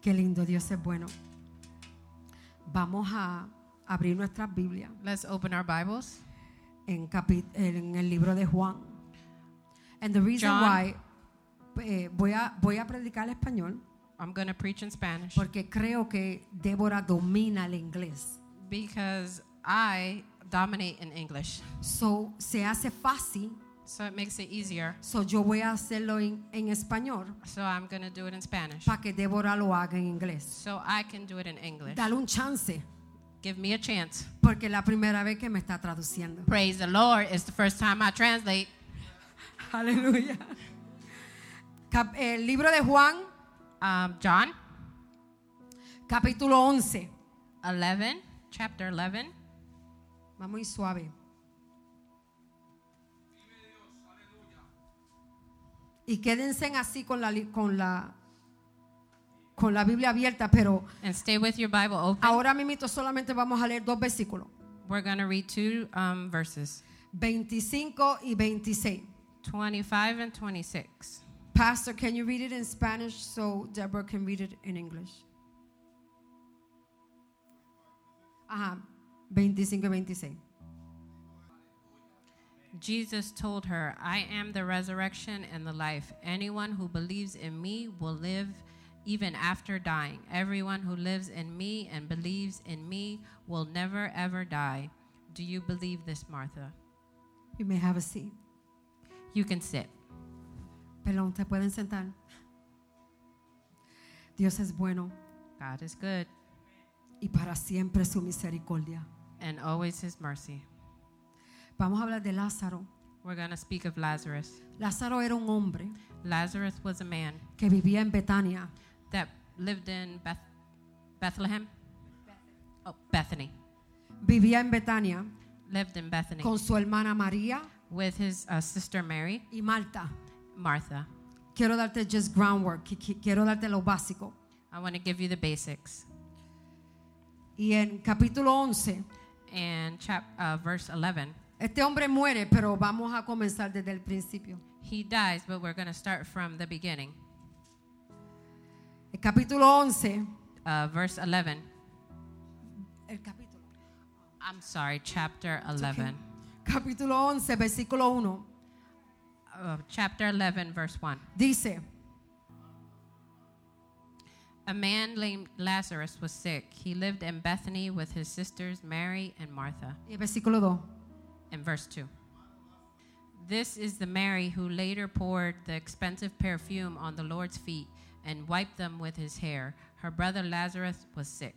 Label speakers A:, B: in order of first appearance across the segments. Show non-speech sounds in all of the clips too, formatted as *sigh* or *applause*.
A: Qué lindo, Dios es bueno. Vamos a abrir nuestras Biblias
B: Let's open our Bibles.
A: en, capi- en el libro de Juan. And the reason
B: John.
A: why eh, voy, a, voy a predicar español
B: I'm going to preach in Spanish
A: porque creo que Débora domina el inglés.
B: because I dominate in English.
A: So se hace fácil.
B: So it makes it easier.
A: So yo voy a hacerlo en, en español
B: So I'm going to do it in Spanish.
A: para que Débora lo haga en inglés.
B: So I can do it in English.
A: Dale un chance
B: Give me a chance.
A: porque es la primera vez que me está traduciendo.
B: Praise the Lord. It's the first time I translate.
A: Aleluya. Cap- El libro de Juan,
B: Um, John
A: capítulo 11.
B: 11, chapter 11.
A: Vamos a ir suave. Y quédense así con la, li- con la con la Biblia abierta, pero
B: And stay with your Bible open.
A: ahora mismo solamente vamos a leer dos versículos,
B: We're going to read two um, verses
A: 25 y 26.
B: 25 and 26.
A: Pastor, can you read it in Spanish so Deborah can read it in English? Ajá, 25 y 26.
B: Jesus told her, I am the resurrection and the life. Anyone who believes in me will live even after dying. Everyone who lives in me and believes in me will never ever die. Do you believe this, Martha?
A: You may have a seat.
B: You can sit.
A: Perdón, te pueden sentar. Dios es bueno
B: God is good
A: y para siempre su misericordia.
B: and always his mercy.
A: Vamos a hablar de Lázaro.
B: We're going to speak of Lazarus.
A: Lázaro era un hombre
B: Lazarus was a man
A: que vivía en Betania.
B: that lived in Beth- Bethlehem. Oh, Bethany.
A: Vivía en Betania
B: Lived in Bethany
A: con su hermana María
B: with his uh, sister Mary,
A: y Marta.
B: Martha.
A: Quiero darte just groundwork, qui- qui- quiero darte lo básico.
B: I want to give you the basics.
A: Y en capítulo 11,
B: And chap, uh, verse 11,
A: este hombre muere, pero vamos a comenzar desde el principio.
B: he dies, but we're going to start from the beginning.
A: El capítulo 11,
B: Uh, verse 11,
A: el capítulo,
B: I'm sorry, chapter 11.
A: capítulo 11, versículo 1,
B: Uh, chapter 11, verse 1.
A: dice,
B: A man named Lazarus was sick. He lived in Bethany with his sisters Mary and Martha.
A: y el versículo 2,
B: And verse 2. This is the Mary who later poured the expensive perfume on the Lord's feet and wiped them with his hair. Her brother Lazarus was sick.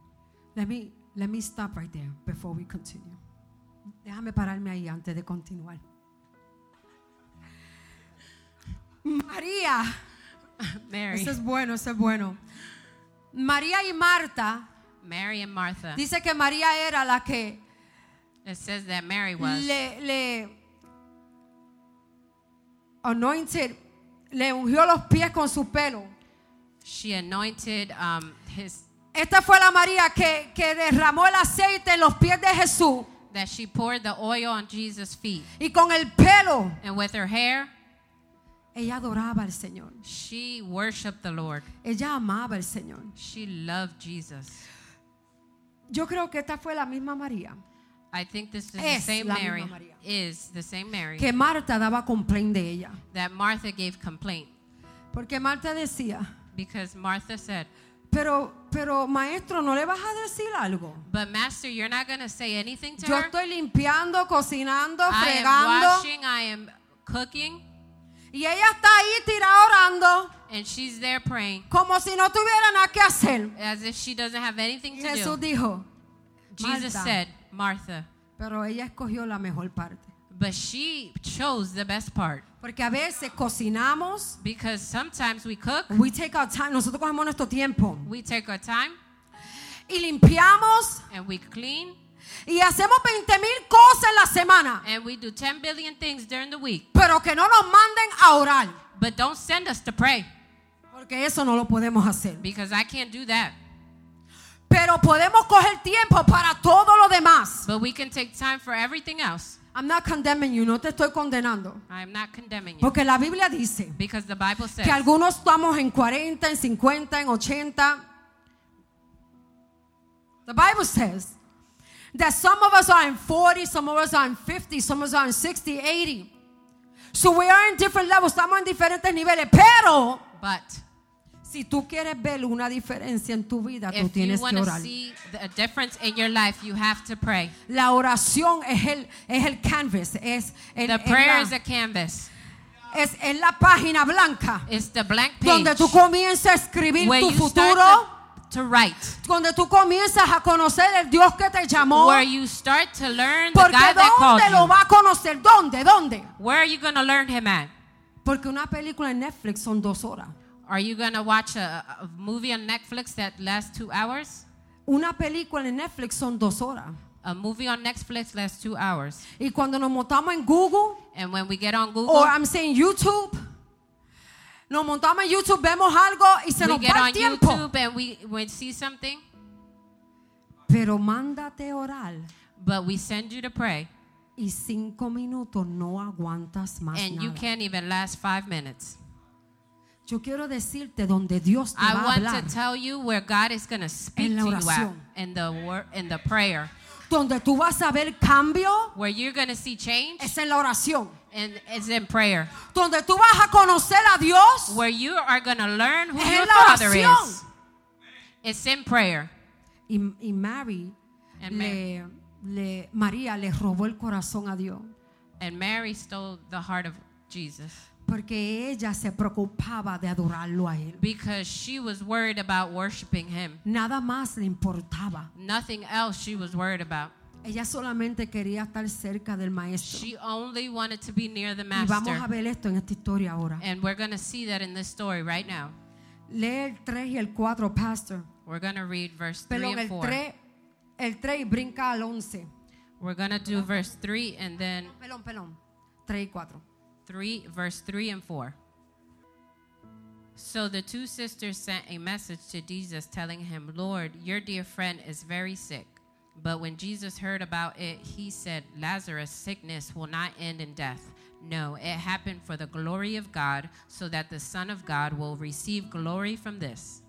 B: *laughs*
A: let me, let me stop right there before we continue. Déjame pararme ahí antes de continuar. María,
B: Mary.
A: eso es bueno, eso es bueno. María y Marta,
B: Mary and Martha.
A: dice que María era la que
B: It says that Mary was
A: le, le anointed, le ungió los pies con su pelo.
B: she anointed um, his
A: Esta fue la María que, que derramó el aceite en los pies de Jesús
B: that she poured the oil on Jesus' feet,
A: y con el pelo
B: and with her hair
A: ella adoraba al Señor.
B: she worshipped the Lord.
A: Ella amaba al Señor.
B: She loved Jesus.
A: Yo creo que esta fue la misma María
B: I think this is the
A: Es
B: same
A: la misma
B: Mary
A: María.
B: is the same Mary
A: que Marta daba complaint de ella.
B: that Martha gave complaint
A: Porque Marta decía,
B: because Martha said,
A: pero, pero maestro, ¿no le vas a decir algo?
B: "But Master, you're not going to say anything to
A: Yo
B: her.
A: estoy limpiando, cocinando,
B: I am
A: fregando.
B: washing. I am cooking."
A: Y ella está ahí tirada orando
B: And she's there praying
A: como si no tuviera nada que hacer.
B: as if she doesn't have anything
A: Y
B: to
A: Jesús
B: do.
A: dijo,
B: Jesus
A: Marta.
B: said, "Martha,
A: pero ella escogió la mejor parte.
B: But she chose the best part
A: Porque a veces cocinamos,
B: because sometimes we cook,
A: we take our time, nosotros cogemos nuestro tiempo
B: we take our time
A: y limpiamos
B: and we clean
A: y hacemos 20 mil cosas en la semana,
B: and we do 10 billion things during the week.
A: pero que no nos manden a orar,
B: But don't send us to pray
A: porque eso no lo podemos hacer.
B: because I can't do that.
A: Pero podemos coger tiempo para todo lo demás.
B: But we can take time for everything else.
A: I'm not condemning you, no te estoy condenando.
B: I am not condemning you.
A: Porque la Biblia dice
B: Because the Bible says
A: que algunos estamos en 40, en 50, en 80. The Bible says that some of us are in 40, some of us are in 50, some of us are in 60, 80. So we are in different levels, estamos en diferentes niveles. Pero
B: but
A: si tú quieres ver una diferencia en tu vida, tú
B: if you
A: tienes que
B: want to
A: orar.
B: see the, a difference in your life, you have to pray.
A: La oración es el, es el canvas, es, el-
B: The
A: es
B: prayer
A: la-
B: is a canvas.
A: es, es la página blanca
B: It's the blank page
A: donde tú comienzas a escribir
B: where
A: tu
B: you start
A: futuro.
B: to, to write.
A: Donde tú comienzas a conocer el Dios que te llamó.
B: Where you start to learn the
A: Porque
B: God that
A: ¿dónde lo
B: called you.
A: va a conocer? ¿Dónde? ¿Dónde?
B: Where are you going to learn him at?
A: Porque una película en Netflix son dos horas.
B: Are you going to watch a, a movie on Netflix that lasts two hours?
A: Una película en Netflix son dos horas.
B: A movie on Netflix lasts two hours.
A: Y cuando nos montamos en Google,
B: And when we get on Google,
A: o I'm saying YouTube, nos montamos en YouTube, vemos algo y se
B: we
A: nos
B: get
A: va
B: on
A: el tiempo.
B: YouTube and we, we see something,
A: Pero mándate orar
B: but we send you to pray.
A: y cinco minutos no aguantas más
B: And you
A: nada.
B: can't even last five minutes.
A: Yo quiero decirte donde Dios te
B: I
A: va a
B: want
A: hablar,
B: to tell you where God is going to speak
A: En
B: to
A: la
B: you at
A: oración.
B: in the, wor- in the prayer.
A: donde tú vas a ver cambio.
B: Where you're going to see change
A: es en la oración.
B: and it's in prayer.
A: Donde tú vas a conocer a Dios
B: Where you are going to learn who
A: Es en
B: your
A: la
B: Father is.
A: oración.
B: It's in prayer.
A: y, y Mary,
B: And
A: le, le- María le robó el corazón a Dios
B: And Mary stole the heart of Jesus
A: porque ella se preocupaba de adorarlo a él.
B: because she was worried about worshiping him.
A: Nada más le importaba.
B: Nothing else she was worried about.
A: Ella solamente quería estar cerca del maestro.
B: She only wanted to be near the
A: Y vamos a
B: master. Eh.
A: ver esto en esta historia ahora.
B: And we're going to see that in this story right now.
A: Lee el 3 y el 4, pastor.
B: We're going to read verse 3
A: Perdón,
B: and
A: el
B: 4.
A: 3, el 3 y brinca al 11.
B: We're going to do verse 3 and then
A: Pelón, pelón. 3 y 4.
B: 3 verse 3 and 4 so the two sisters sent a message to jesus telling him lord your dear friend is very sick but when jesus heard about it he said lazarus sickness will not end in death no it happened for the glory of god so that the son of god will receive glory from this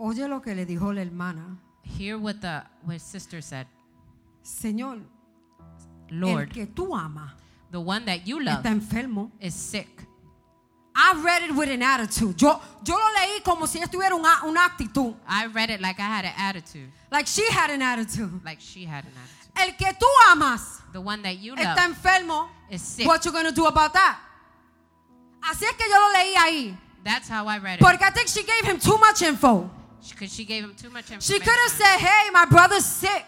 A: Oye lo que le dijo la hermana.
B: hear what the what sister said
A: Señor, el
B: lord
A: que tú amas
B: the one that you love
A: está enfermo.
B: is sick
A: I read it with an attitude. Yo, yo lo leí como si ella tuviera una, una actitud.
B: i read it like i had an attitude
A: Like she had an attitude.
B: like she had an attitude
A: El que tú amas
B: the one that you love
A: está enfermo.
B: is sick.
A: What you gonna do about that? Así es que yo lo leí ahí.
B: That's how I read it.
A: Porque I think she gave him too much info.
B: Because she gave him too much information.
A: She could have said, hey, my brother's sick.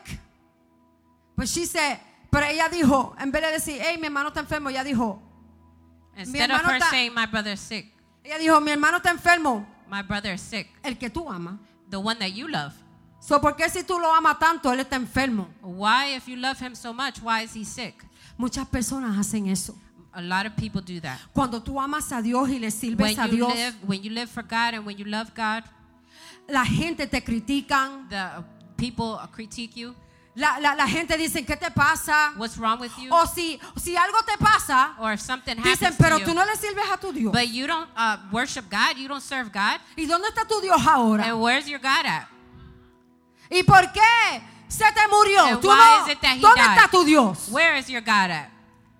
A: But she said, pero ella dijo, en vez de decir, hey, mi hermano está enfermo, ella dijo,
B: Instead
A: "Mi
B: of
A: hermano
B: her
A: está-
B: saying, my brother is sick,
A: ella dijo, mi hermano está enfermo,
B: my brother is sick,
A: el que tú amas.
B: the one that you love.
A: So, ¿Por qué si tú lo amas tanto, él está enfermo?
B: Why, if you love him so much, why is he sick?
A: Muchas personas hacen eso.
B: A lot of people do that.
A: Cuando tú amas a Dios y le
B: When
A: sirves a
B: you,
A: Dios,
B: live, when you live for God and when you love God,
A: la gente te critican.
B: the people critique you.
A: La, la- la gente dice, ¿qué te pasa?
B: What's wrong with you?
A: O si, si algo te pasa,
B: Or if something
A: Oh, dicen,
B: happens
A: pero
B: to
A: tú
B: you,
A: no le sirves a tu Dios.
B: but you don't uh, worship God, you don't serve God.
A: ¿Y dónde está tu Dios ahora?
B: And where's your God at?
A: ¿Y por qué se te murió?
B: And
A: Tú
B: why
A: no-
B: is it that he
A: ¿Dónde
B: died?
A: está tu Dios?
B: Where is your God at?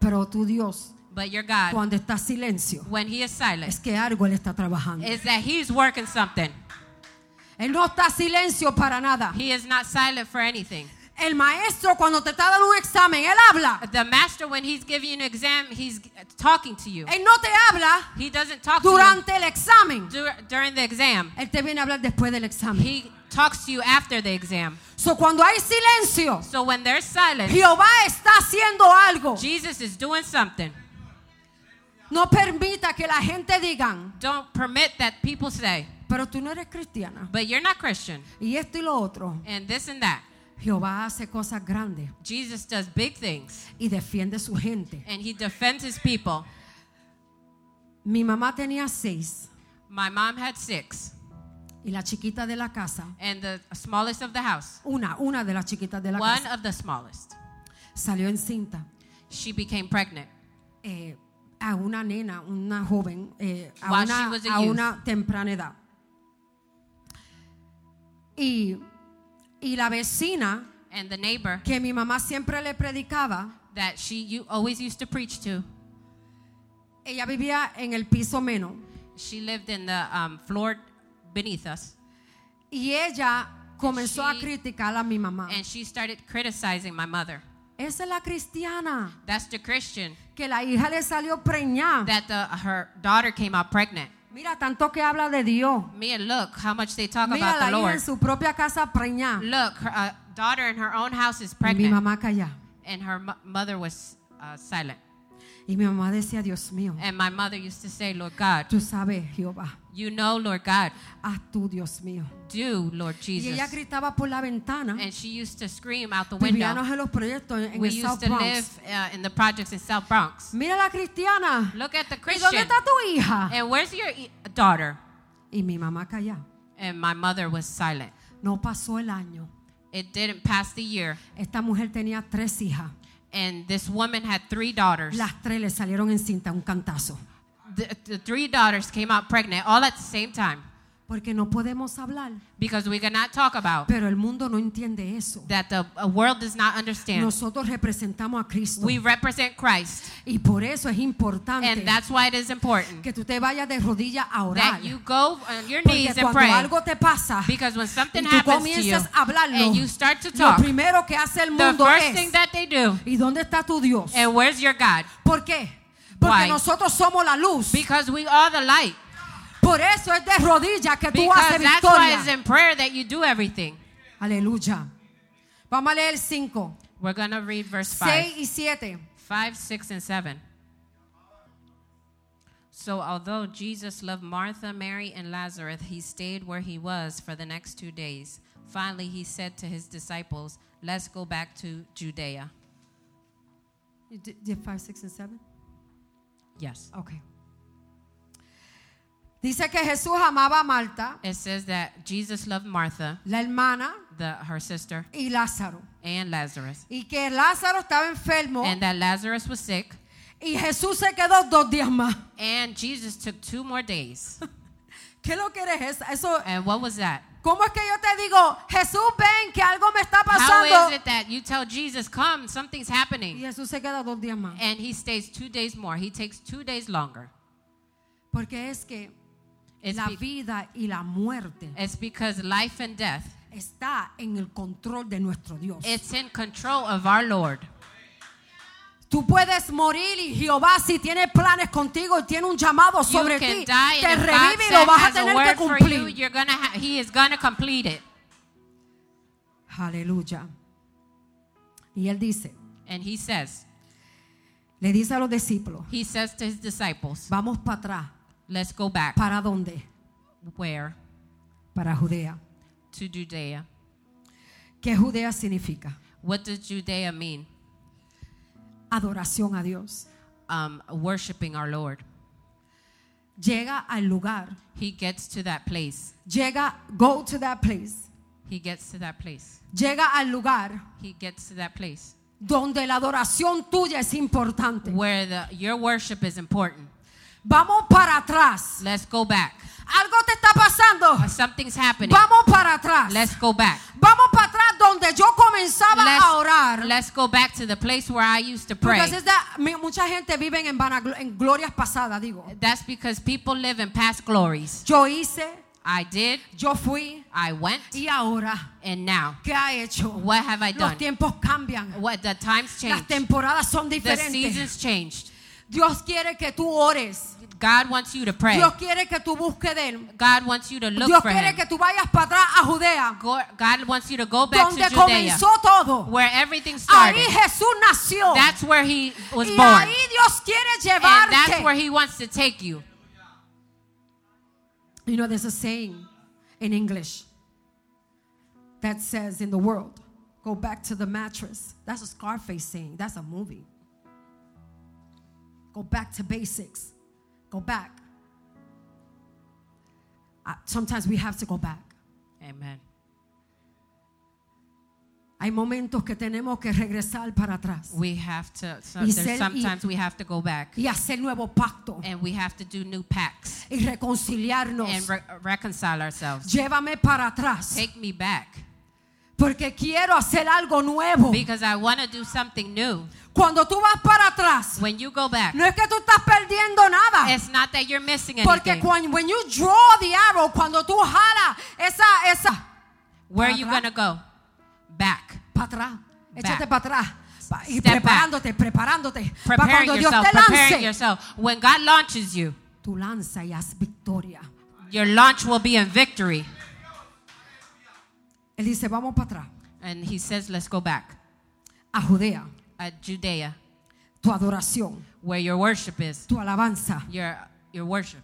A: Pero tu Dios,
B: But your God,
A: cuando está silencio,
B: when he is silent,
A: es que algo Él está trabajando.
B: is that he's working something.
A: Él no está silencio para nada.
B: He is not silent for anything.
A: El maestro cuando te está dando un examen, Él habla.
B: The master, when he's giving you an exam, he's talking to you.
A: Él no te habla
B: He doesn't talk to
A: durante el examen.
B: you dur- during the exam.
A: Él te viene a hablar después del examen.
B: He talks to you after the exam.
A: So, cuando hay silencio,
B: So when there's silence,
A: Jehová está haciendo algo.
B: Jesus is doing something.
A: No permita que la gente digan,
B: Don't permit that people say,
A: pero tú no eres cristiana.
B: but you're not Christian,
A: Y esto y lo otro.
B: and this and that.
A: Jehová hace cosas grandes
B: Jesus does big things,
A: y defiende su gente.
B: and he defends his people.
A: Mi mamá tenía seis
B: My mom had six,
A: y la chiquita de la casa,
B: and the smallest of the house,
A: una, una de las chiquitas de la
B: one
A: casa,
B: of the smallest,
A: salió encinta.
B: she became pregnant.
A: eh, a una nena, una joven, eh, a,
B: While
A: una,
B: she was a
A: a
B: youth.
A: una temprana edad. Y, y la vecina,
B: And the neighbor
A: que mi mamá siempre le predicaba,
B: that she you always used to preach to,
A: ella vivía en el piso menos.
B: she lived in the um, floor beneath us,
A: Y ella comenzó a
B: she-
A: criticar a mi mamá.
B: and she started criticizing my mother.
A: Esa es la cristiana,
B: That's the Christian
A: que la hija le salió preñada.
B: that the, uh, her daughter came out pregnant.
A: Mira, tanto que habla de Dios.
B: Mia, look how much they talk
A: Mira,
B: about
A: la
B: the
A: hija
B: Lord.
A: en su propia casa preñada.
B: Look, her uh, daughter in her own house is
A: Y mi
B: pregnant,
A: mamá callaba.
B: and her mo- mother was uh, silent.
A: Y mi mamá decía, Dios mío,
B: And my mother used to say, Lord God,
A: tú sabes, Jehová.
B: you know, Lord God,
A: Haz tú, Dios mío.
B: do, Lord
A: Y
B: Jesus.
A: ella gritaba por la ventana.
B: And she used to scream out the window.
A: Vivíamos en los proyectos en en
B: We
A: el South
B: used to
A: Bronx.
B: live uh, in the projects in South Bronx.
A: Mira la cristiana.
B: Look at the
A: ¿Y dónde
B: Christian.
A: está tu hija?
B: And where's your e- daughter?
A: Y mi mamá callaba.
B: And my mother was silent.
A: No pasó el año.
B: It didn't pass the year.
A: Esta mujer tenía tres hijas.
B: And this woman had three daughters.
A: Las tres le salieron encinta un cantazo.
B: The, the three daughters came out pregnant all at the same time
A: Porque no podemos hablar.
B: because we cannot talk about
A: Pero el mundo no entiende eso.
B: that the uh, world does not understand.
A: Nosotros representamos a Cristo.
B: We represent Christ,
A: Y por eso es importante
B: and that's why it is important
A: que tú te vayas de rodillas a orar.
B: that you go on your
A: Porque
B: knees and
A: cuando
B: pray.
A: algo te pasa,
B: Because when something
A: y tú
B: happens to you
A: comienzas a hablarlo,
B: and you start to
A: lo
B: talk,
A: primero que hace el
B: the
A: mundo
B: first thing
A: es
B: that they do,
A: ¿y dónde está tu Dios?
B: and where's your God?
A: ¿Por qué? Porque
B: Why?
A: nosotros somos la luz.
B: Because we are the light.
A: Por eso es de rodillas que tú haces
B: Because that's why it's
A: victoria.
B: in prayer that you do everything.
A: Aleluya. Vamos a leer 5,
B: We're going to read verse 5.
A: 6 y 7.
B: 5, 6, and 7. So, although Jesus loved Martha, Mary, and Lazarus, he stayed where he was for the next two days. Finally, he said to his disciples, Let's go back to Judea.
A: Did 5, 6 y 7?
B: Yes.
A: Ok. Dice que Jesús amaba a Marta,
B: It says that Jesus loved Martha,
A: la hermana
B: the, her sister,
A: y Lázaro.
B: and Lazarus.
A: Y que Lázaro estaba enfermo
B: And that Lazarus was sick,
A: y Jesús se quedó dos días más.
B: and Jesus took two more *laughs* days.
A: ¿Qué lo que eres? Eso, eso-
B: And what was that?
A: ¿Cómo es que yo te digo, Jesús, ven que algo me está
B: How is
A: pasando?
B: it that you tell Jesus, Come, something's happening?
A: Y Jesús se queda dos días más.
B: and he stays two days more. He takes two days longer.
A: Porque es que
B: It's,
A: la
B: be-
A: vida y la muerte
B: it's because life and death,
A: está en el control de nuestro Dios.
B: it's in control of our Lord.
A: Tú puedes morir y Jehová si tiene planes contigo y tiene un llamado
B: You
A: sobre
B: can
A: ti,
B: die,
A: te
B: and if God
A: revive y lo
B: send-
A: vas a
B: has a
A: tener que
B: word for you,
A: cumplir.
B: you're gonna ha- He is gonna complete it.
A: Aleluya. Y él dice,
B: And he says,
A: le dice a los discípulos,
B: he says to his disciples,
A: vamos para atrás.
B: "Let's go back.
A: ¿Para dónde?
B: Where
A: Para Judea.
B: to Judea?
A: ¿Qué Judea significa?
B: What does Judea mean?
A: Adoración a Dios.
B: Um, worshiping our Lord.
A: llega al lugar,
B: He gets to that place.
A: llega, go to that place,
B: He gets to that place.
A: llega al lugar
B: He gets to that place
A: donde la adoración tuya es importante.
B: where the your worship is important.
A: Vamos para atrás.
B: Let's go back.
A: Algo te está pasando.
B: Uh, Something's happening.
A: Vamos para atrás.
B: Let's go back.
A: Vamos para atrás donde yo comenzaba
B: Let's,
A: a orar.
B: let's go back to the place where I used to pray.
A: Porque es esa- mi- mucha gente vive en, vanaglo- en glorias pasadas, digo.
B: That's because people live in past glories.
A: Yo hice,
B: I did,
A: yo fui
B: I went,
A: y ahora,
B: and now.
A: ¿qué ha hecho?
B: What have I
A: Los
B: done?
A: tiempos cambian.
B: What the times
A: Las
B: changed.
A: temporadas son
B: The
A: diferentes.
B: seasons changed.
A: Dios quiere que tú ores.
B: God wants you to pray.
A: Dios quiere que tú busques de él.
B: God wants you to look
A: Dios
B: for
A: quiere
B: him.
A: que tú vayas para atrás a Judea,
B: Go- God wants you to go back
A: donde
B: to Judea,
A: comenzó todo.
B: where everything
A: Ahí
B: started.
A: Jesús nació.
B: That's where he was
A: y
B: born.
A: ahí Dios quiere
B: And that's where
A: llevarte.
B: he wants to take you.
A: You know, there's a saying in English that says in the world, go back to the mattress. That's a Scarface saying. That's a movie. Go back to basics. Go back. Ah, Uh, sometimes we have to go back.
B: Amen.
A: Hay momentos que tenemos que regresar para atrás
B: We have to, so
A: Y
B: there's
A: ser- y-
B: sometimes we have to go back
A: y hacer nuevo pacto
B: and we have to do new pacts
A: y reconciliarnos.
B: and re- reconcile ourselves.
A: Llévame para atrás
B: Take me back
A: porque quiero hacer algo nuevo.
B: because I want to do something new.
A: Cuando tú vas para atrás,
B: When you go back,
A: no es que tú estás perdiendo nada.
B: it's not that you're missing
A: Porque
B: anything.
A: cuando when you draw the arrow, cuando tú jalas esa esa
B: Where are you
A: para
B: going to go? Back.
A: para atrás, échate para
B: Back.
A: atrás pa- y
B: Step back.
A: preparándote, preparándote para
B: Preparing
A: cuando Dios
B: yourself,
A: te
B: preparing
A: lance,
B: yourself. When God launches you,
A: tú lanza y haz victoria.
B: your launch will be in victory.
A: Él dice, vamos para atrás
B: And he says, let's go back
A: a Judea,
B: at Judea,
A: tu adoración,
B: where your worship is.
A: tu alabanza.
B: Your, your worship.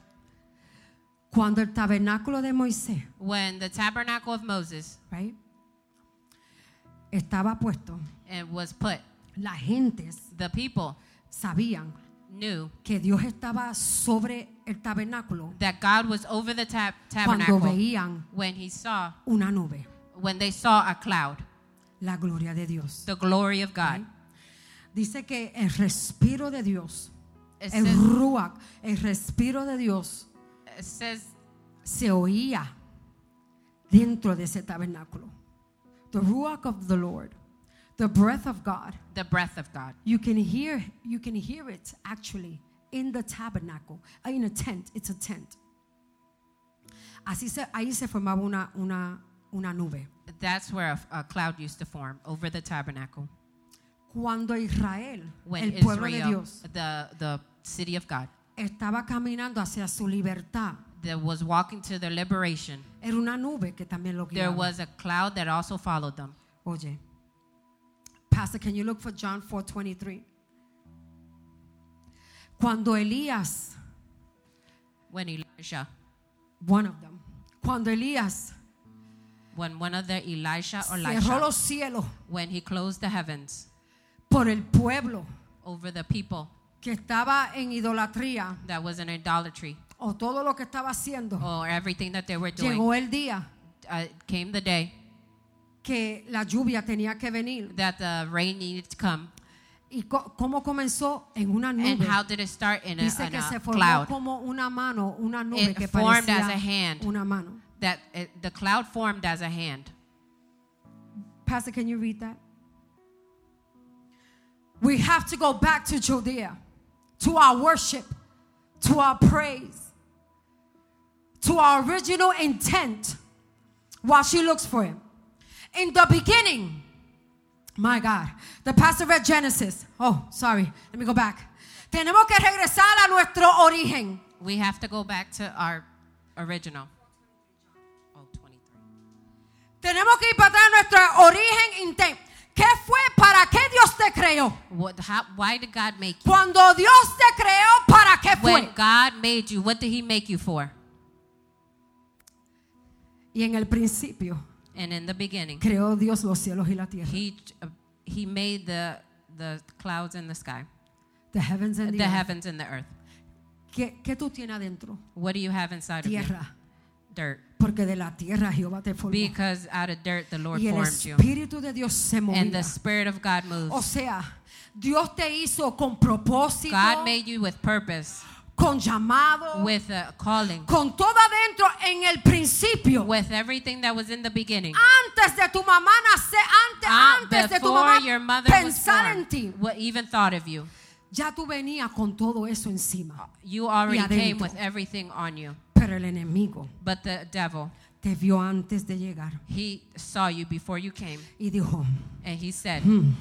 A: Cuando el tabernáculo de Moisés
B: When the tabernacle of Moses
A: right, estaba puesto,
B: and eh, was put,
A: la gente
B: the people
A: sabían
B: knew
A: que Dios estaba sobre el tabernáculo
B: that God was over the tab-
A: cuando
B: tabernacle
A: veían
B: when he saw,
A: una nube.
B: when they saw a cloud,
A: la gloria de Dios.
B: the glory of God.
A: Dice que el respiro de Dios,
B: It
A: el
B: says,
A: ruach, el respiro de Dios
B: it says
A: se oía dentro de ese tabernáculo. The ruach of the Lord, the breath of God.
B: the breath of God.
A: You can hear, you can hear it actually in the tabernacle, in a tent, it's a tent. Así se, ahí se formaba una, una, una nube.
B: That's where a, a cloud used to form over the tabernacle.
A: Cuando Israel,
B: When
A: el pueblo de
B: Israel,
A: Dios,
B: the, the city of God,
A: estaba caminando hacia su libertad,
B: that was walking to their liberation,
A: Era una nube que también lo
B: there
A: guiaba.
B: was a cloud that also followed them.
A: Oye. Pastor, can you look for John 4:23? Cuando Elías,
B: When Elijah,
A: one of them, cuando Elías
B: when one of the Elisha or
A: cerró
B: Elisha,
A: los cielos
B: when he closed the heavens
A: por el pueblo
B: over the people
A: que estaba en idolatría
B: that was in idolatry
A: o todo lo que estaba haciendo,
B: or everything that they were doing,
A: llegó el día
B: uh, came the day
A: que la lluvia tenía que venir.
B: that the rain needed to come.
A: ¿Y co- cómo comenzó? En una
B: And
A: nube.
B: how did it start? In a,
A: Dice
B: in
A: que
B: a
A: se formó
B: uh, cloud.
A: como una mano, una nube
B: It
A: que
B: formed as a
A: parecía
B: hand.
A: una mano.
B: That it, the cloud formed as a hand.
A: Pastor, can you read that? We have to go back to Judea, to our worship, to our praise, to our original intent while she looks for him. In the beginning, my God, the pastor read Genesis. Oh, sorry, let me go back. Tenemos que regresar a nuestro origen.
B: We have to go back to our original. Oh, 23.
A: Tenemos que ir para atrás a nuestro origen intent. ¿Qué fue? ¿Para qué Dios te creó?
B: What, how, why did God make you?
A: Cuando Dios te creó, ¿para qué fue?
B: When God made you, what did He make you for?
A: y en el principio
B: And in the beginning,
A: creó Dios los cielos y la tierra.
B: He He made the the clouds and the sky,
A: The heavens and the
B: the
A: earth.
B: heavens and the earth.
A: ¿Qué, qué tú tienes adentro?
B: What do you have inside of you?
A: Tierra.
B: Dirt.
A: Porque de la tierra Jehová te formó.
B: Because out of dirt the Lord
A: y el
B: formed you,
A: Espíritu Oh, de Dios se
B: and the
A: movía.
B: Spirit of God
A: O
B: moves.
A: sea, Dios te hizo con propósito,
B: God made you with purpose,
A: con llamado,
B: with a calling,
A: con todo adentro en el principio.
B: with everything that was in the beginning.
A: Antes de tu mamá nacer, antes,
B: Ah,
A: antes de tu
B: before
A: mamá
B: your mother was
A: pensar en ti,
B: born, what even thought of you,
A: ya tú venías con todo eso encima.
B: you already came
A: adentro.
B: with everything on you.
A: Pero el enemigo
B: But the devil,
A: te vio antes de llegar
B: he saw you before you came,
A: y dijo,
B: and he said,
A: Hmm.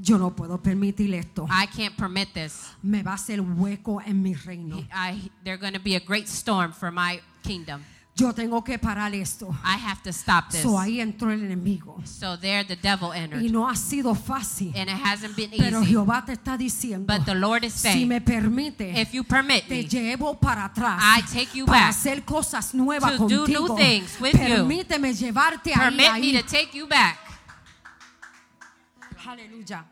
A: Yo no puedo permitir esto.
B: "I can't permit this.
A: Me va a hacer hueco en mi reino.
B: I, they're going to be a great storm for my kingdom.
A: Yo tengo que parar esto.
B: I have to stop this."
A: So ahí entró el enemigo.
B: So there, the devil entered,
A: Y no ha sido fácil.
B: and it hasn't been
A: Pero
B: easy.
A: Jehová te está diciendo,
B: But the Lord is
A: si
B: saying,
A: me permite,
B: if you permit
A: te
B: me
A: llevo para atrás.
B: I take you
A: para
B: back
A: hacer cosas nuevas
B: to do
A: contigo.
B: new things with you.
A: Permíteme llevarte ahí.
B: permit me
A: ahí.
B: to take you back.
A: Aleluya.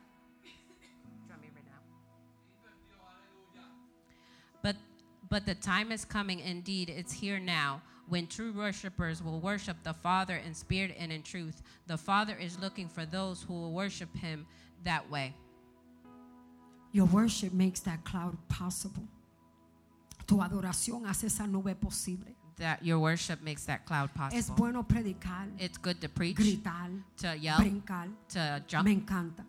B: But but the time is coming indeed, it's here now, when true worshipers will worship the Father in spirit and in truth. The Father is looking for those who will worship him that way.
A: Your worship makes that cloud possible. Tu adoración hace esa nube posible.
B: That your worship makes that cloud
A: Es
B: possible.
A: bueno predicar,
B: It's good to preach,
A: gritar,
B: to yell,
A: brincar.
B: to
A: Me
B: jump.
A: encanta.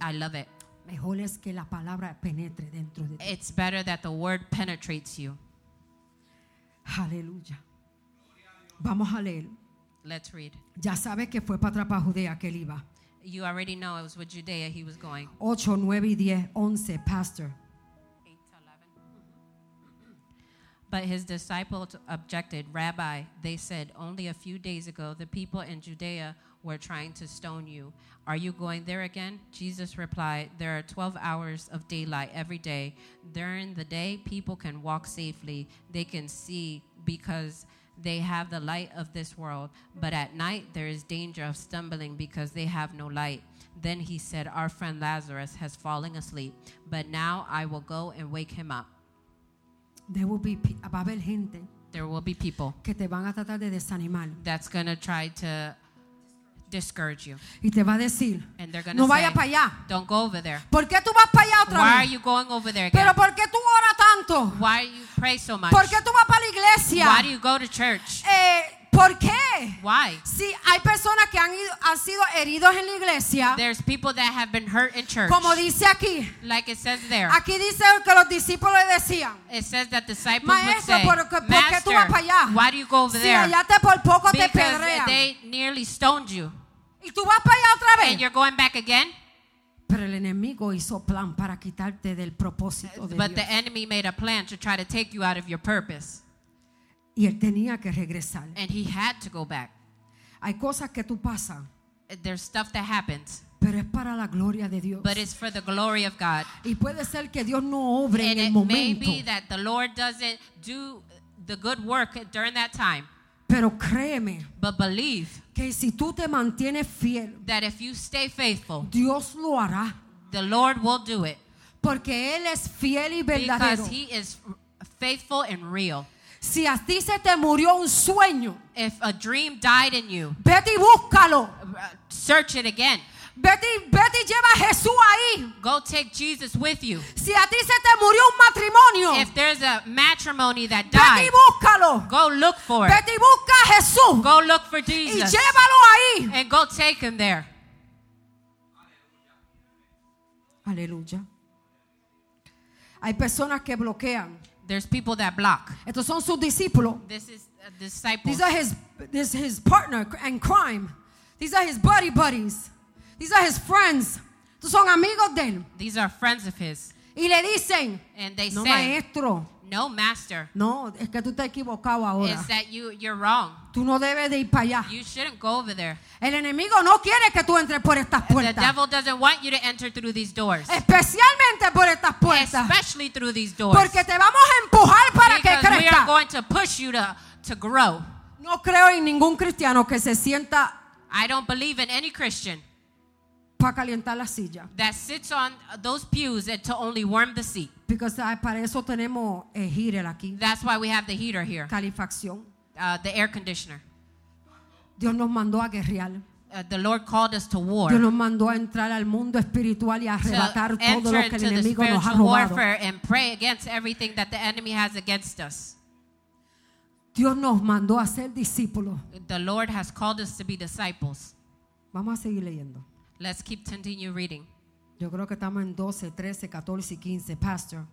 B: I love it.
A: Mejor es que la palabra penetre dentro de ti.
B: It's better that the word penetrates you.
A: Aleluya. Vamos a leer.
B: Let's read.
A: Ya sabe que fue para atrás para Judea que él iba.
B: You already know it was with Judea he was going.
A: 8, 9 y 10, 11, pastor.
B: But his disciples objected, Rabbi, they said, only a few days ago the people in Judea were trying to stone you. Are you going there again? Jesus replied, There are 12 hours of daylight every day. During the day, people can walk safely, they can see because they have the light of this world. But at night, there is danger of stumbling because they have no light. Then he said, Our friend Lazarus has fallen asleep, but now I will go and wake him up.
A: There will be pe- va a haber gente
B: There will be people.
A: que te van a tratar de desanimar
B: that's going to try to discourage you.
A: y te va a decir,
B: And they're going to
A: no
B: say,
A: vaya para allá.
B: don't go over there.
A: ¿Por qué tú vas para allá otra
B: Why are
A: vez?
B: you going over there again?
A: ¿Pero por qué tú oras tanto?
B: Why you pray so much?
A: ¿Por qué tú vas para la iglesia?
B: Why do you go to church?
A: Eh, ¿Por qué?
B: Why?
A: Si hay personas que han, ido- han sido heridos en la iglesia,
B: There's people that have been hurt in church.
A: como dice aquí,
B: like it says there.
A: aquí dice que los discípulos le decían,
B: It says that disciples would
A: Maestro,
B: say,
A: ¿por qué- por qué tú
B: Master,
A: vas para allá?
B: why do you go over
A: si
B: there?
A: allá te por poco te
B: because
A: pedrean
B: they nearly stoned you.
A: y tú vas para allá otra
B: And
A: vez.
B: you're going back again?
A: Pero el enemigo hizo plan para quitarte del propósito Oh, de
B: But
A: Dios.
B: the enemy made a plan to try to take you out of your purpose.
A: Y él tenía que regresar.
B: And he had to go back.
A: Hay cosas que tú pasas,
B: There's stuff that happens.
A: pero es para la gloria de Dios.
B: but it's for the glory of God.
A: Y puede ser que Dios no obre en
B: And
A: el
B: it may
A: momento,
B: be that the Lord doesn't do the good work during that time,
A: pero créeme
B: but believe
A: que si tú te mantienes fiel,
B: that if you stay faithful,
A: Dios lo hará,
B: the Lord will do it
A: porque él es fiel y verdadero.
B: because He is faithful and real.
A: Si a ti se te murió un sueño,
B: If a dream died in you,
A: vete y búscalo.
B: uh, search it again.
A: Vete, y- vete y lleva a Jesús ahí.
B: Go take Jesus with you.
A: Si a ti se te murió un matrimonio,
B: If there's a matrimony that
A: vete y
B: died,
A: búscalo.
B: go look for it.
A: Vete y busca a Jesús
B: Go look for
A: y
B: Jesus
A: llévalo ahí.
B: and go take him there.
A: Aleluya. Hay personas que bloquean.
B: There's people that block.
A: Estos son sus discípulos.
B: This is uh, disciples.
A: These are his, this his partner and crime. These are his buddy buddies. These are his friends. Estos son amigos de él.
B: These are friends of his.
A: Y le dicen,
B: And they
A: no
B: say,
A: maestro,
B: No, master.
A: no, es que tú te has equivocado ahora.
B: It's that you, you're wrong.
A: Tú no debes de ir para allá.
B: You shouldn't go over there.
A: El enemigo no quiere que tú entres por estas
B: The
A: puertas.
B: devil doesn't want you to enter through these doors,
A: Especialmente por estas puertas.
B: especially through these doors.
A: Porque te vamos a empujar para que
B: Because we are
A: crezcas.
B: going to push you to, to grow.
A: No creo en ningún cristiano que se sienta
B: I don't believe in any Christian
A: para calentar la silla.
B: that sits on those pews and to only warm the seat.
A: Because ah, para eso tenemos eh, Hirel aquí.
B: That's why we have the heater here,
A: Calefacción.
B: uh, the air conditioner.
A: Dios nos mandó a guerrear.
B: Uh, the Lord called us to war.
A: Dios nos mandó a entrar al mundo espiritual y a arrebatar
B: to
A: todo
B: enter
A: lo que el
B: into the
A: enemigo nos ha
B: spiritual
A: robado.
B: warfare and pray against everything that the enemy has against us.
A: Dios nos mandó a ser discípulos.
B: The Lord has called us to be disciples.
A: Vamos a seguir leyendo.
B: Let's keep continue reading.
A: Yo creo que estamos en 12, 13, 14 y 15. Pastor.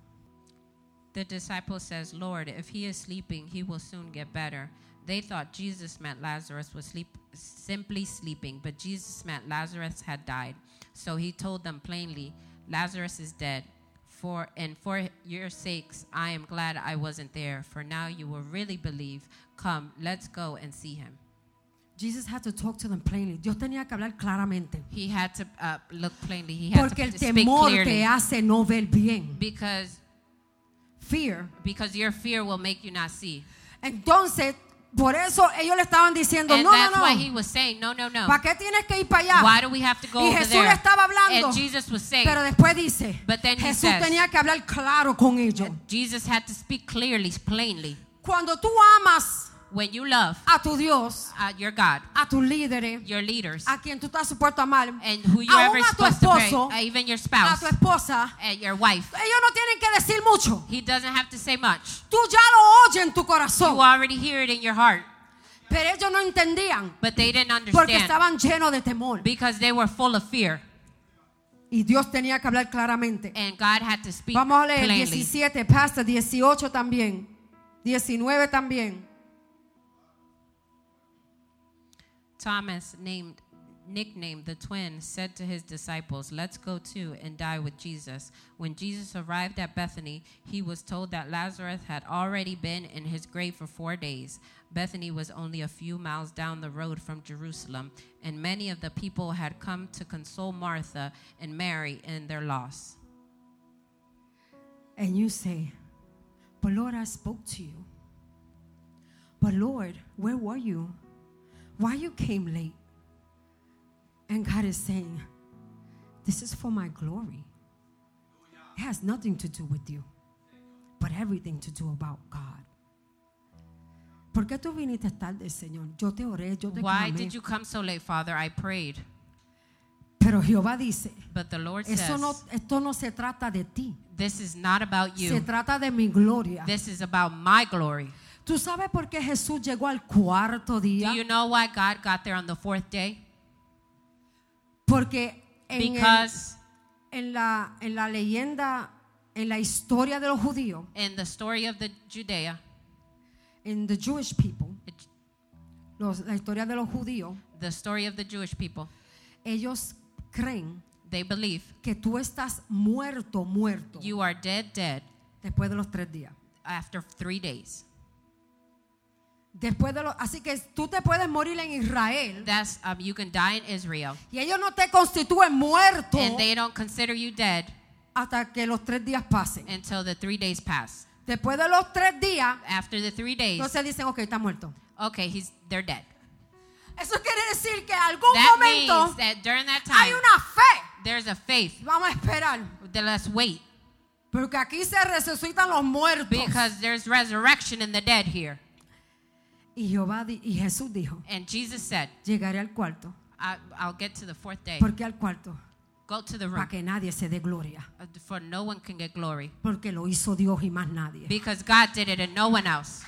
B: The disciple says, Lord, if he is sleeping, he will soon get better. They thought Jesus meant Lazarus was sleep, simply sleeping, but Jesus meant Lazarus had died. So he told them plainly, Lazarus is dead. For and for your sakes, I am glad I wasn't there. For now you will really believe. Come, let's go and see him.
A: Jesus had to talk to them plainly. Dios tenía que hablar claramente.
B: He had to uh, look plainly. He had
A: Porque el
B: to speak
A: temor te
B: clearly
A: hace no ver bien.
B: because
A: Fear.
B: because your fear will make you not see.
A: Entonces, por eso ellos le estaban diciendo,
B: And
A: no, no,
B: that's why he
A: no.
B: was saying, no, no, no.
A: ¿Para qué tienes que ir para
B: Why
A: allá?
B: do we have to go
A: Y
B: over
A: Jesús
B: there?
A: le estaba hablando.
B: And Jesus was saying,
A: Pero después dice,
B: But then he
A: Jesús
B: says-
A: tenía que hablar claro con ellos.
B: Jesus had to speak clearly, plainly.
A: Cuando tú amas
B: when you love
A: a tu Dios,
B: uh, your God,
A: a tus líderes,
B: your leaders,
A: a quien tú estás supuesto a amar,
B: and who you're
A: aún
B: ever
A: a tu
B: supposed to pray,
A: esposo,
B: uh, even your
A: a
B: spouse,
A: tu esposa,
B: and your wife,
A: ellos no tienen que decir mucho.
B: he doesn't have to say much.
A: Tú ya lo oyes en tu corazón.
B: You already hear it in your heart,
A: Pero ellos no entendían
B: but they didn't
A: porque estaban
B: understand
A: llenos de temor.
B: because they were full of fear,
A: Y Dios tenía que hablar claramente.
B: and God had to speak
A: Vamos a leer
B: plainly.
A: 17, Pastor, 18 también. 19 también.
B: Thomas, named nicknamed the twin, said to his disciples, "Let's go too and die with Jesus." When Jesus arrived at Bethany, he was told that Lazarus had already been in his grave for 4 days. Bethany was only a few miles down the road from Jerusalem, and many of the people had come to console Martha and Mary in their loss.
A: And you say, But Lord, I spoke to you. But Lord, where were you? Why you came late? And God is saying, This is for my glory. It has nothing to do with you, but everything to do about God. ¿Por qué tú viniste tarde, Señor? Yo te oré, yo te
B: Why
A: clamé.
B: did you come so late, Father? I prayed.
A: Pero Jehová dice,
B: But the Lord
A: Eso
B: says,
A: no, esto no se trata de ti.
B: This is not about
A: Se
B: you.
A: trata de mi gloria.
B: This is about my glory.
A: ¿Tú sabes por qué Jesús llegó al cuarto día?
B: Do you know why God got there on the fourth day?
A: Porque en, el-
B: Because
A: en la, en la leyenda, en la historia de los judíos,
B: in the story of the Judea,
A: en the Jewish people,
B: it-
A: los- la historia de los judíos,
B: the story of the Jewish people,
A: ellos creen
B: they believe
A: que tú estás muerto, muerto,
B: you are dead, dead
A: después de los tres días.
B: after three days.
A: Después de los, así que tú te puedes morir en Israel
B: That's um, you can die in Israel,
A: y ellos no te constituyen muerto
B: and they don't consider you dead
A: hasta que los tres días pasen.
B: until the three days pass.
A: Después de los tres días,
B: After the three days,
A: Entonces dicen, ok, está muerto.
B: okay, he's they're dead.
A: Eso quiere decir que en algún
B: That means
A: momento
B: that during that
A: hay
B: time,
A: una fe.
B: there's a faith.
A: Vamos a esperar.
B: Then Let's wait
A: Porque aquí se resucitan los muertos.
B: because there's resurrection in the dead here.
A: y, Jehová di- y Jesús dijo,
B: And Jesus said,
A: llegaré al cuarto.
B: I, "I'll get to the fourth day.
A: ¿Por qué al cuarto?
B: Go to the room."
A: Para que nadie se dé gloria.
B: Uh, for no one can get glory
A: Porque lo hizo Dios y más nadie.
B: because God did it and no one else.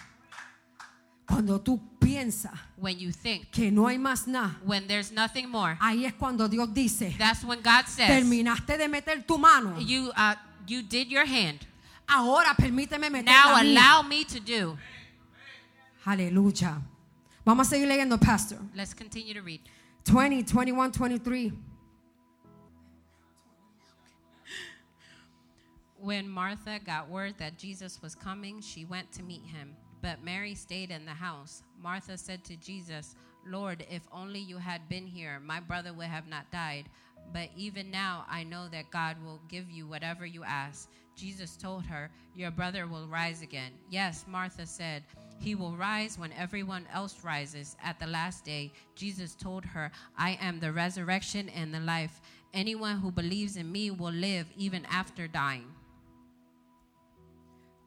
A: Cuando tú piensas
B: When you think,
A: que no hay más nada,
B: when there's nothing more,
A: ahí es cuando Dios dice,
B: that's when God says,
A: terminaste de meter tu mano.
B: "You, uh, you did your hand.
A: Ahora permíteme meter
B: Now
A: la mía.
B: allow me to do."
A: Aleluya. Vamos a seguir leyendo, Pastor.
B: Let's continue to read.
A: 20, 21, 23.
B: When Martha got word that Jesus was coming, she went to meet him, but Mary stayed in the house. Martha said to Jesus, Lord, if only you had been here, my brother would have not died. But even now, I know that God will give you whatever you ask. Jesus told her, Your brother will rise again. Yes, Martha said, He will rise when everyone else rises. At the last day, Jesus told her, I am the resurrection and the life. Anyone who believes in me will live even after dying.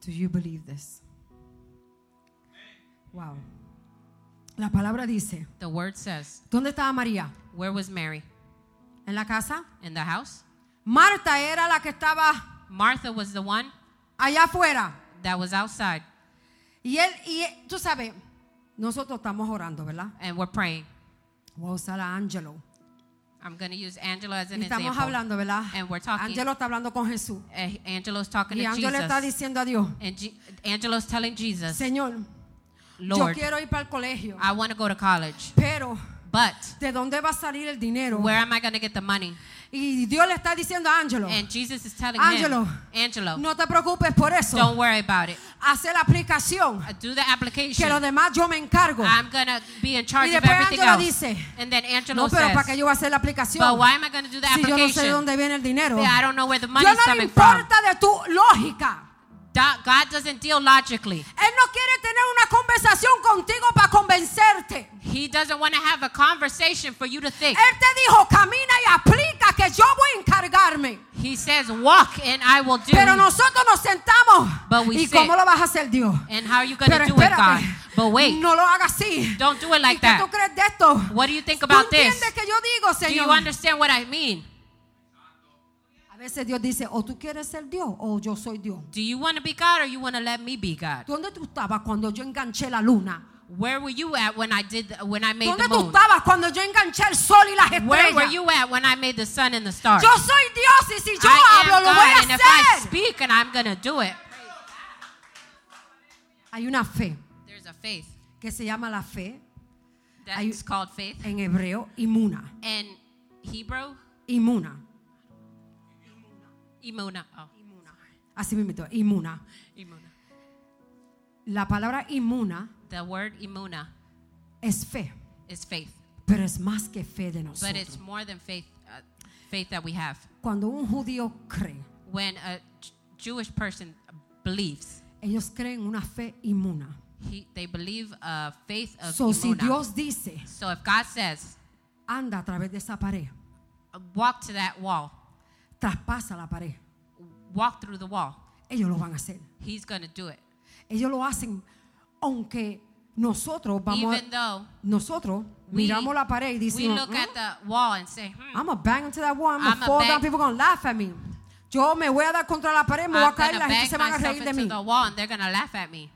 A: Do you believe this? Wow. La palabra dice,
B: The word says,
A: ¿dónde estaba María?
B: Where was Mary?
A: ¿En la casa?
B: In the house?
A: Marta era la que estaba
B: Martha was the one
A: allá afuera.
B: that was outside,
A: Y él, y él- tú sabes, nosotros estamos orando, ¿verdad?
B: and we're praying.
A: Voy a usar a Angelo.
B: I'm going to use Angela as an
A: Y estamos
B: example.
A: hablando, ¿verdad?
B: And we're talking.
A: Angelo está hablando con Jesús.
B: Eh, Angelo's talking
A: Y
B: to
A: Angelo
B: Jesus.
A: está diciendo a Dios,
B: and G- Angelo's telling Jesus,
A: Señor, yo
B: Lord,
A: quiero ir para el colegio,
B: I want to go to college,
A: pero
B: but
A: ¿de dónde va a salir el dinero?
B: where am I going to get the money?
A: Y Dios le está diciendo a Angelo,
B: And Jesus is telling
A: Angelo,
B: him, Angelo,
A: no te preocupes por eso.
B: don't worry about it.
A: hace la aplicación.
B: Uh, Do the
A: Que lo
B: application.
A: demás yo me encargo.
B: I'm going to be in charge
A: Y
B: of
A: después
B: everything
A: Angelo
B: else.
A: dice,
B: and then Angelo
A: No, pero
B: says,
A: ¿para qué yo voy a hacer la aplicación?
B: but why am I going to do the
A: si yo
B: application?
A: no sé de dónde viene el dinero.
B: Yeah, I don't know where the
A: yo
B: money's
A: no le
B: coming from.
A: importa de tu lógica.
B: Do- God doesn't deal logically.
A: Él no quiere tener una conversación contigo para convencerte.
B: He doesn't want to have a conversation for you to think.
A: Él te dijo, camina y aplica que yo voy a encargarme.
B: He says, Walk and I will do
A: Pero
B: it.
A: nosotros nos sentamos.
B: But we
A: ¿Y
B: sit.
A: cómo lo vas a hacer, Dios?
B: And how are you going
A: Pero
B: to do it, God?
A: espérate.
B: But wait,
A: No lo hagas así.
B: don't do it
A: ¿Y
B: like
A: qué tú
B: that.
A: crees de esto?
B: What do you think
A: ¿Tú
B: about this?
A: entiendes que yo digo,
B: Do you
A: Señor?
B: understand what I mean?
A: A veces Dios dice, o tú quieres ser Dios o yo soy Dios.
B: Do you want to be God or you want to let me be God?
A: ¿Dónde tú estabas cuando yo enganché la luna?
B: Where were you at when I did when I made
A: ¿Dónde
B: the
A: tú
B: moon?
A: estabas cuando yo enganché el sol y las
B: Where were
A: estrellas?
B: you at when I made the sun and the stars?
A: Yo soy Dios y si yo
B: I am
A: hablo, lo
B: God,
A: voy a
B: and if I
A: hacer.
B: speak and I'm going to do it.
A: Hay una fe
B: There's a faith
A: que se llama la fe Are you-
B: that's called faith.
A: en hebreo, inmuna.
B: And Hebrew,
A: Inmuna.
B: Imuna. Oh,
A: Así mismo, inmuna.
B: Imuna.
A: La palabra inmuna
B: The word Imuna
A: es fe,
B: is faith,
A: pero es más que fe de
B: but it's
A: nosotros.
B: more than faith, uh, faith that we have.
A: Cuando un judío cree,
B: When a J- Jewish person believes,
A: ellos creen una fe inmuna.
B: he, they believe a faith of
A: So, si
B: Imuna.
A: Dios dice,
B: so if God says,
A: anda a través de esa pared,
B: walk to that wall,
A: traspasa la pared,
B: walk through the wall,
A: ellos lo van a hacer.
B: he's going to do it.
A: Ellos lo hacen, aunque nosotros vamos,
B: Even
A: a,
B: though
A: nosotros
B: we-
A: miramos la pared y
B: we
A: decimos, "Mm,
B: look at the wall and say, hmm,
A: I'm a bang into that wall, I'm a
B: I'ma
A: fall
B: bang-
A: down, people gonna laugh at me. Yo me voy a dar contra la pared, me voy a
B: I'm
A: caer,
B: going to
A: la gente
B: bang
A: se van a
B: myself
A: reír de mí.
B: into the wall and they're going to laugh at me.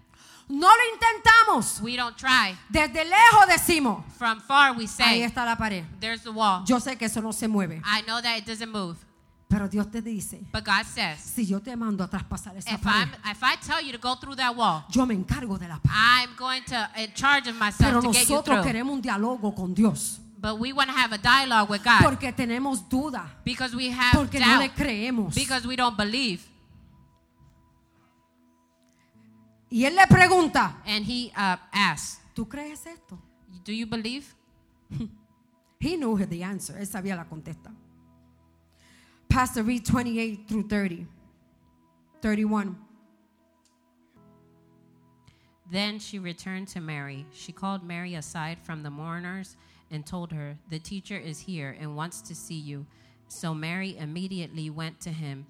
A: No lo intentamos.
B: We don't try.
A: Desde lejos decimos,
B: From far we
A: ahí
B: say,
A: está la pared.
B: there's the wall.
A: Yo sé que eso no se mueve,
B: I know that it doesn't move,
A: pero Dios te dice,
B: but God says,
A: si yo te mando a traspasar esa
B: if I'm
A: pared,
B: if I tell you to go through that wall,
A: yo me encargo de la pared.
B: I'm going to in charge of
A: Pero
B: myself to get you
A: nosotros
B: through.
A: queremos un diálogo con Dios,
B: But we want to have a dialogue with God
A: porque tenemos duda,
B: because we Ah. have
A: porque no
B: doubt,
A: le creemos.
B: because we don't believe.
A: Y él le pregunta,
B: And he uh, asks,
A: ¿tú crees esto?
B: "Do you believe?"
A: He knew the answer. Él sabía la contesta. Pastor, read 28 through 30. 31.
B: Then she returned to Mary. She called Mary aside from the mourners and told her, The teacher is here and wants to see you. So Mary immediately went to him.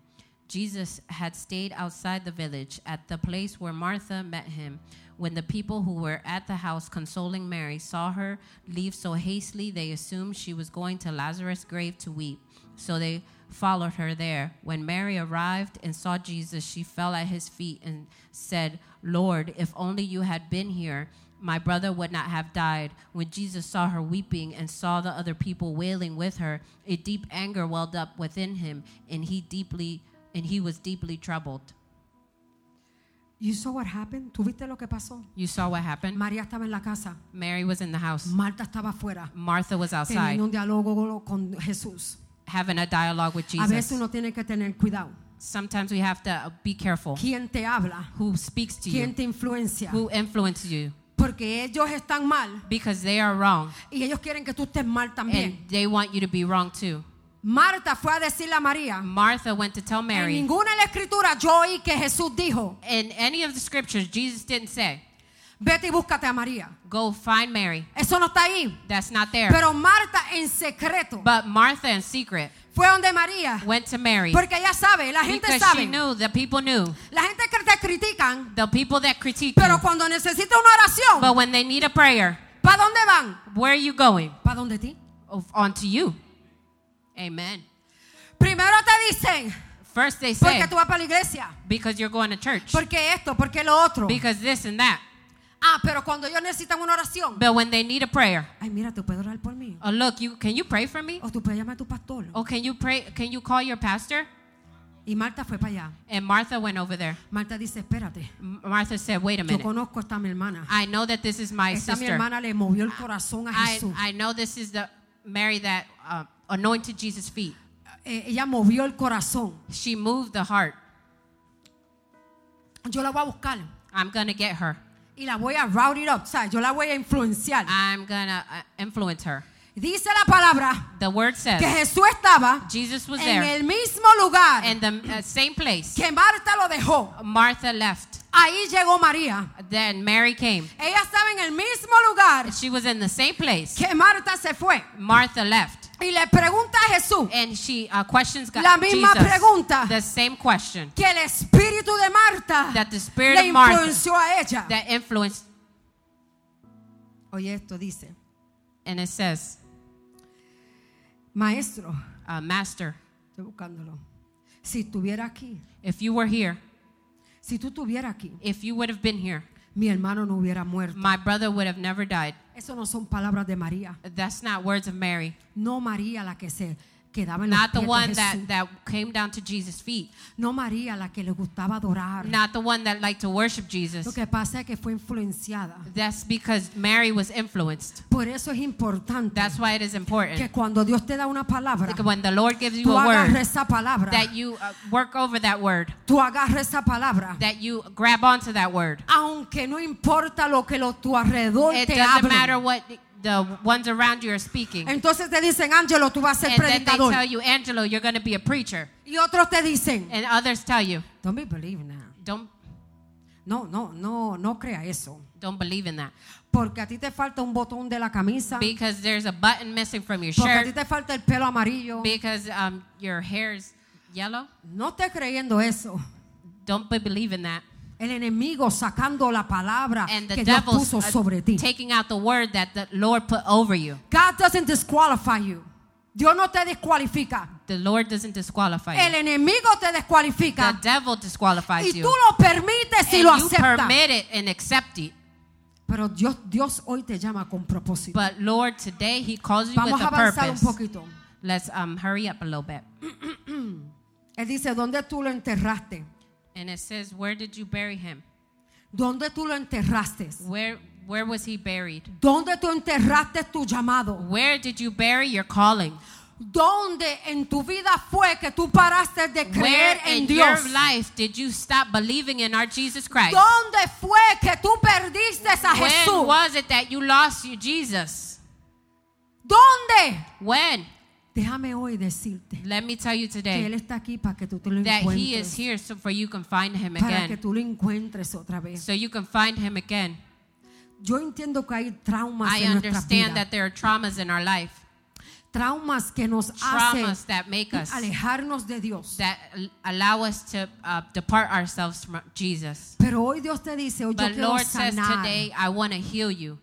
B: Jesus had stayed outside the village at the place where Martha met him. When the people who were at the house consoling Mary saw her leave so hastily, they assumed she was going to Lazarus' grave to weep. So they followed her there. When Mary arrived and saw Jesus, she fell at his feet and said, Lord, if only you had been here, my brother would not have died. When Jesus saw her weeping and saw the other people wailing with her, a deep anger welled up within him, and he deeply and he was deeply troubled.
A: You saw what happened? ¿Tú viste lo que pasó?
B: You saw what happened?
A: María estaba en la casa.
B: Mary was in the house.
A: Marta estaba afuera.
B: Martha was outside
A: Teniendo un diálogo con Jesús.
B: having a dialogue with
A: A veces
B: Jesus.
A: uno tiene que tener cuidado.
B: Sometimes we have to uh, be careful
A: ¿Quién te habla?
B: who speaks to you,
A: ¿Quién te influencia?
B: who influences you.
A: Porque ellos están mal
B: Because they are wrong.
A: y ellos quieren que tú estés mal
B: And
A: también.
B: they want you to be wrong too.
A: Marta fue a decirle a María.
B: Martha went to tell
A: En
B: Mary.
A: ninguna de la escritura yo oí que Jesús dijo,
B: In any of the scriptures, Jesus didn't say,
A: vete y búscate a María.
B: Go find Mary.
A: Eso no está ahí.
B: That's not there.
A: Pero Marta en secreto
B: But Martha in secret
A: fue donde María,
B: went to Mary.
A: porque ella sabe, la gente
B: Because she
A: sabe,
B: knew the people knew.
A: la gente que te critican,
B: The people that critique
A: pero
B: you.
A: cuando necesita una oración,
B: But when they need a prayer,
A: ¿para dónde van?
B: where are you going?
A: ¿Para dónde ti?
B: Of- Onto you. Amen.
A: Primero te dicen,
B: First they say,
A: porque tú vas para la iglesia,
B: Because you're going to church.
A: porque esto, porque lo otro.
B: Because this and that.
A: Ah, pero cuando ellos necesitan una oración,
B: But when they need a prayer,
A: ay, mira, tú puedes orar por mí.
B: oh look, you can you pray for me?
A: O tú puedes llamar a tu pastor.
B: Oh, can you pray? Can you call your pastor?
A: Y Marta fue para allá.
B: And Martha went over there.
A: Marta dice, espérate.
B: M- Martha said, Wait a
A: Yo
B: minute.
A: conozco a esta mi hermana.
B: I know that this is Ah, my
A: Esta mi
B: sister. Ah,
A: hermana le movió el corazón a
B: I,
A: Jesús.
B: I know this is the Mary that uh, anointed Jesus' feet.
A: Eh, ella movió el corazón.
B: She moved the heart.
A: Yo la voy a buscar
B: I'm going to get her.
A: y la voy a route it up. O sea, yo la voy a influenciar.
B: I'm going to uh, influence her.
A: Dice la palabra
B: The word says
A: que Jesús estaba
B: Jesus was
A: en
B: there
A: el mismo lugar
B: in the uh, same place.
A: que Marta lo dejó.
B: Martha left.
A: Ahí llegó María.
B: Then Mary came.
A: Ella estaba en el mismo lugar
B: She was in the same place.
A: que Marta se fue.
B: Martha left.
A: Y Y le pregunta a Jesús
B: And she uh, questions God.
A: La misma
B: Jesus,
A: pregunta.
B: The same question
A: que el espíritu de Marta
B: that the spirit
A: le
B: of Martha
A: influenció a ella.
B: that influenced,
A: Oye, esto dice,
B: and it says,
A: maestro,
B: uh, Master,
A: estoy buscándolo. Si estuviera aquí,
B: if you were here,
A: si tú estuviera aquí,
B: if you would have been here,
A: mi hermano no hubiera muerto.
B: my brother would have never died.
A: Eso no son palabras de María.
B: That's not words of Mary.
A: No María la que se quedaba en los
B: Not the
A: pies de
B: one
A: Jesús.
B: that, that came down to Jesus' feet.
A: No María la que le gustaba adorar.
B: Not the one that liked to worship Jesus.
A: Lo que pasa es que fue influenciada.
B: That's because Mary was influenced.
A: Por eso es importante
B: That's why it is important.
A: que cuando Dios te da una palabra,
B: Like when the Lord gives you
A: tú
B: a
A: agarres
B: word,
A: esa palabra.
B: that you uh, work over that word,
A: Tú agarres esa palabra.
B: that you grab onto that word.
A: Aunque no importa lo que lo, tu alrededor
B: It
A: te
B: doesn't
A: hable.
B: matter what the ones around you are speaking.
A: Entonces te dicen, Ángelo, tú vas a ser
B: And then they
A: predicador.
B: tell you, Angelo, you're going to be a preacher.
A: Y otros te dicen,
B: And others tell you,
A: don't be believe now.
B: don't,
A: No, no, no, no crea eso.
B: don't believe in that.
A: Porque a ti te falta un botón de la camisa.
B: Because there's a button missing from your
A: Porque a
B: shirt.
A: ti te falta el pelo amarillo.
B: Because um, your hair's yellow.
A: No estés creyendo eso.
B: Don't be believing that.
A: El enemigo sacando la palabra
B: And the
A: que Dios
B: devil's
A: puso
B: uh,
A: sobre ti.
B: taking out the word that the Lord put over you.
A: God doesn't disqualify you. Dios no te descualifica.
B: The Lord doesn't disqualify
A: El
B: you.
A: enemigo te
B: The
A: descualifica.
B: devil disqualifies
A: Y
B: you.
A: tú lo permites y
B: and
A: lo
B: you
A: aceptas.
B: permit it and accept it.
A: Pero Dios, Dios hoy te llama con propósito.
B: But Lord, today He calls you
A: Vamos
B: with
A: a
B: a
A: avanzar un
B: purpose.
A: poquito.
B: Let's um, hurry up a little bit.
A: Él dice, ¿dónde tú lo enterraste?
B: And it says, Where did you bury him?
A: ¿Dónde tú lo enterraste?
B: Where where was he buried?
A: ¿Dónde tú enterraste tu llamado?
B: Where did you bury your calling?
A: ¿Dónde en tu vida fue que tú paraste de
B: Where
A: creer en
B: in
A: Dios?
B: your life did you stop believing in our Jesus Christ?
A: ¿Dónde fue que tú perdiste a Jesús?
B: When was it that you lost you Jesus?
A: ¿Dónde?
B: When?
A: Déjame hoy decirte
B: Let me tell you
A: que Él
B: today
A: está aquí para que tú te lo
B: that he is
A: encuentres.
B: here so for you can find him
A: Para que
B: again.
A: tú lo encuentres otra vez.
B: So you can find him again.
A: Yo entiendo que hay traumas
B: I
A: en nuestras
B: understand
A: vidas.
B: that there are traumas in our life,
A: Traumas que nos hacen
B: traumas that make us,
A: alejarnos de Dios.
B: that al- allow us to uh, depart ourselves from Jesus.
A: Pero hoy Dios te dice, hoy yo
B: But
A: quiero
B: Lord says
A: sanar.
B: today, I want to heal you.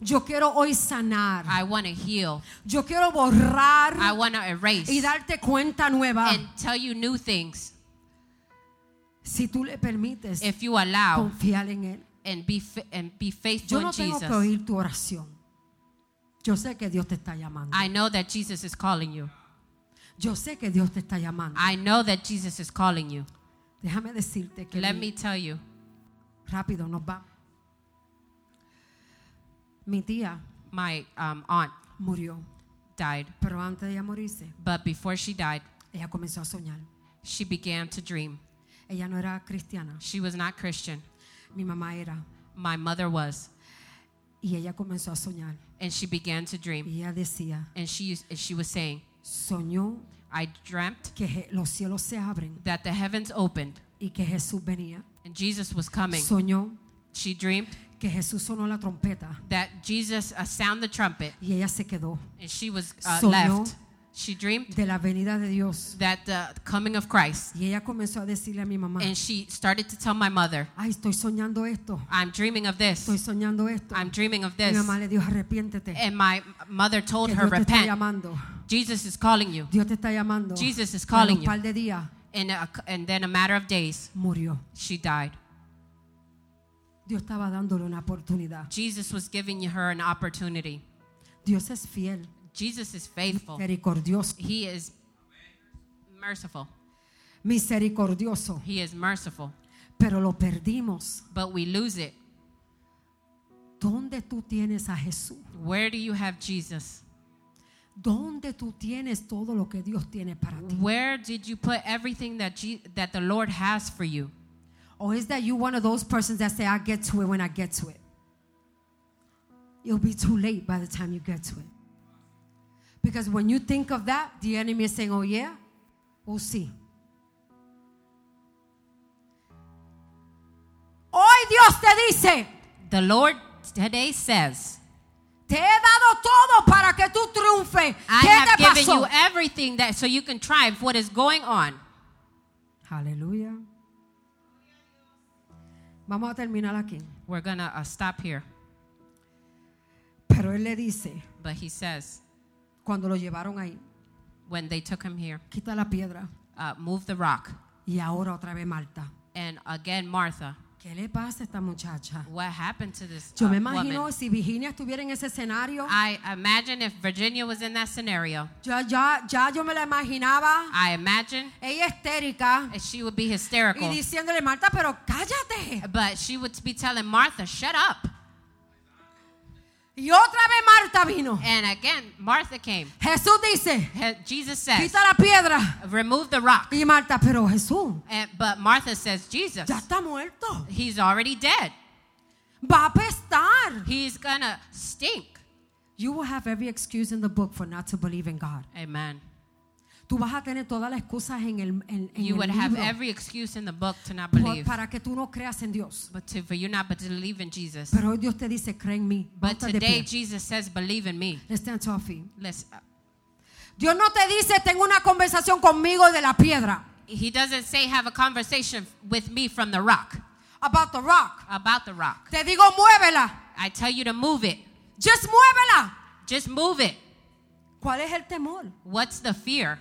A: Yo quiero hoy sanar.
B: I want to heal.
A: Yo quiero borrar
B: I want to erase
A: y darte cuenta nueva.
B: and tell you new things
A: si tú le permites
B: if you allow
A: confiar en Él.
B: and be fa- and be faithful
A: Oh. Yo no
B: in
A: tengo
B: Jesus.
A: que oír tu oración. Yo sé que Dios te está llamando.
B: I know that Jesus is calling you.
A: Yo sé que Dios te está llamando.
B: I know that Jesus is calling you.
A: Déjame decirte que
B: Let
A: mi-
B: me tell you.
A: rápido nos va. Mi tía
B: My um, aunt
A: murió,
B: died,
A: pero antes de ella morirse,
B: but before she died,
A: ella comenzó a soñar.
B: she began to dream.
A: Ella no era cristiana,
B: She was not Christian.
A: mi mamá era,
B: My mother was,
A: y ella comenzó a soñar.
B: and she began to dream.
A: Y ella decía,
B: And she used- she was saying,
A: soñó
B: "I dreamt
A: que Je- los cielos se abren
B: that the heavens opened
A: y que Jesús venía.
B: and Jesus was coming."
A: Soñó
B: She dreamed
A: que Jesús sonó la trompeta
B: that Jesus uh, sound the trumpet,
A: y ella se quedó
B: and she was uh,
A: Soñó.
B: left. She dreamed
A: de la venida de Dios.
B: that the coming of Christ,
A: Y ella comenzó a decirle a mi mamá,
B: and she started to tell my mother,
A: ay, estoy soñando esto,
B: "I'm dreaming of this.
A: estoy soñando esto.
B: I'm dreaming of
A: Mi
B: this."
A: mamá le dijo, arrepiéntete.
B: And my mother told
A: que
B: her,
A: Dios te está
B: "Repent.
A: llamando.
B: Jesus is calling you."
A: Dios te está llamando.
B: Jesus is
A: Y a los
B: calling you.
A: par de días
B: And a, and then a matter of days,
A: murió.
B: she died.
A: Dios estaba dándole una oportunidad.
B: Jesus was giving her an opportunity.
A: Dios es fiel,
B: Jesus is faithful.
A: misericordioso,
B: He is merciful.
A: misericordioso.
B: He is merciful.
A: Pero lo perdimos.
B: But we lose it.
A: ¿Dónde tú tienes a Jesús?
B: Where do you have Jesus?
A: ¿Dónde tú tienes todo lo que Dios tiene para ti?
B: Where did you put everything that Je- that the Lord has for you?
A: Or is that you one of those persons that say, I get to it when I get to it? You'll be too late by the time you get to it. Because when you think of that, the enemy is saying, Oh, yeah, we'll see. Hoy Dios te dice:
B: The Lord today says,
A: Te he dado todo para que tú triunfes.
B: I
A: ¿Qué
B: have
A: te
B: given given
A: paso.
B: you e- everything that so you can triumph what is going on.
A: Aleluya. Vamos a terminar aquí.
B: We're going to uh, stop here.
A: Pero él le dice,
B: But he says,
A: cuando lo llevaron ahí,
B: when they took him here,
A: quita la piedra.
B: uh, move the rock.
A: Y ahora otra vez Marta.
B: And again, Martha,
A: ¿Qué le pasa a esta muchacha?
B: what happened to this
A: Yo
B: uh,
A: me imagino
B: woman?
A: si Virginia estuviera en ese escenario,
B: I imagine if Virginia was in that scenario,
A: ya, ya, ya yo me la imaginaba,
B: I imagine
A: ella histérica
B: she would be
A: y
B: hysterical.
A: diciéndole, Marta, pero cállate.
B: But she would be telling Martha, shut up.
A: Y otra vez Marta vino.
B: And again, Martha came.
A: Jesús dice,
B: He- Jesus says,
A: quita la piedra.
B: remove the rock.
A: Y Marta, pero Jesús,
B: And, but Martha says, Jesus,
A: ya está muerto.
B: he's already dead.
A: Va a apestar.
B: He's gonna stink.
A: You will have every excuse in the book for not to believe in God.
B: Amen.
A: Tú vas a tener todas las excusas en el, en, en
B: You
A: el
B: would have
A: libro
B: every excuse in the book to not
A: por-
B: believe,
A: para que tú no creas en Dios.
B: but to, for you not but to believe in Jesus.
A: Pero hoy Dios te dice, cree en mí.
B: But
A: Ponte de Este
B: today,
A: pie.
B: Jesus says, believe in me.
A: Let's stand to our feet.
B: Let's,
A: Dios no te dice, tengo una conversación conmigo de la piedra.
B: he doesn't say have a conversation with me from the rock,
A: About the rock.
B: about the rock.
A: Te digo, muévela.
B: I tell you to move it.
A: Just muévela.
B: Just move it.
A: ¿Cuál es el temor?
B: What's the fear?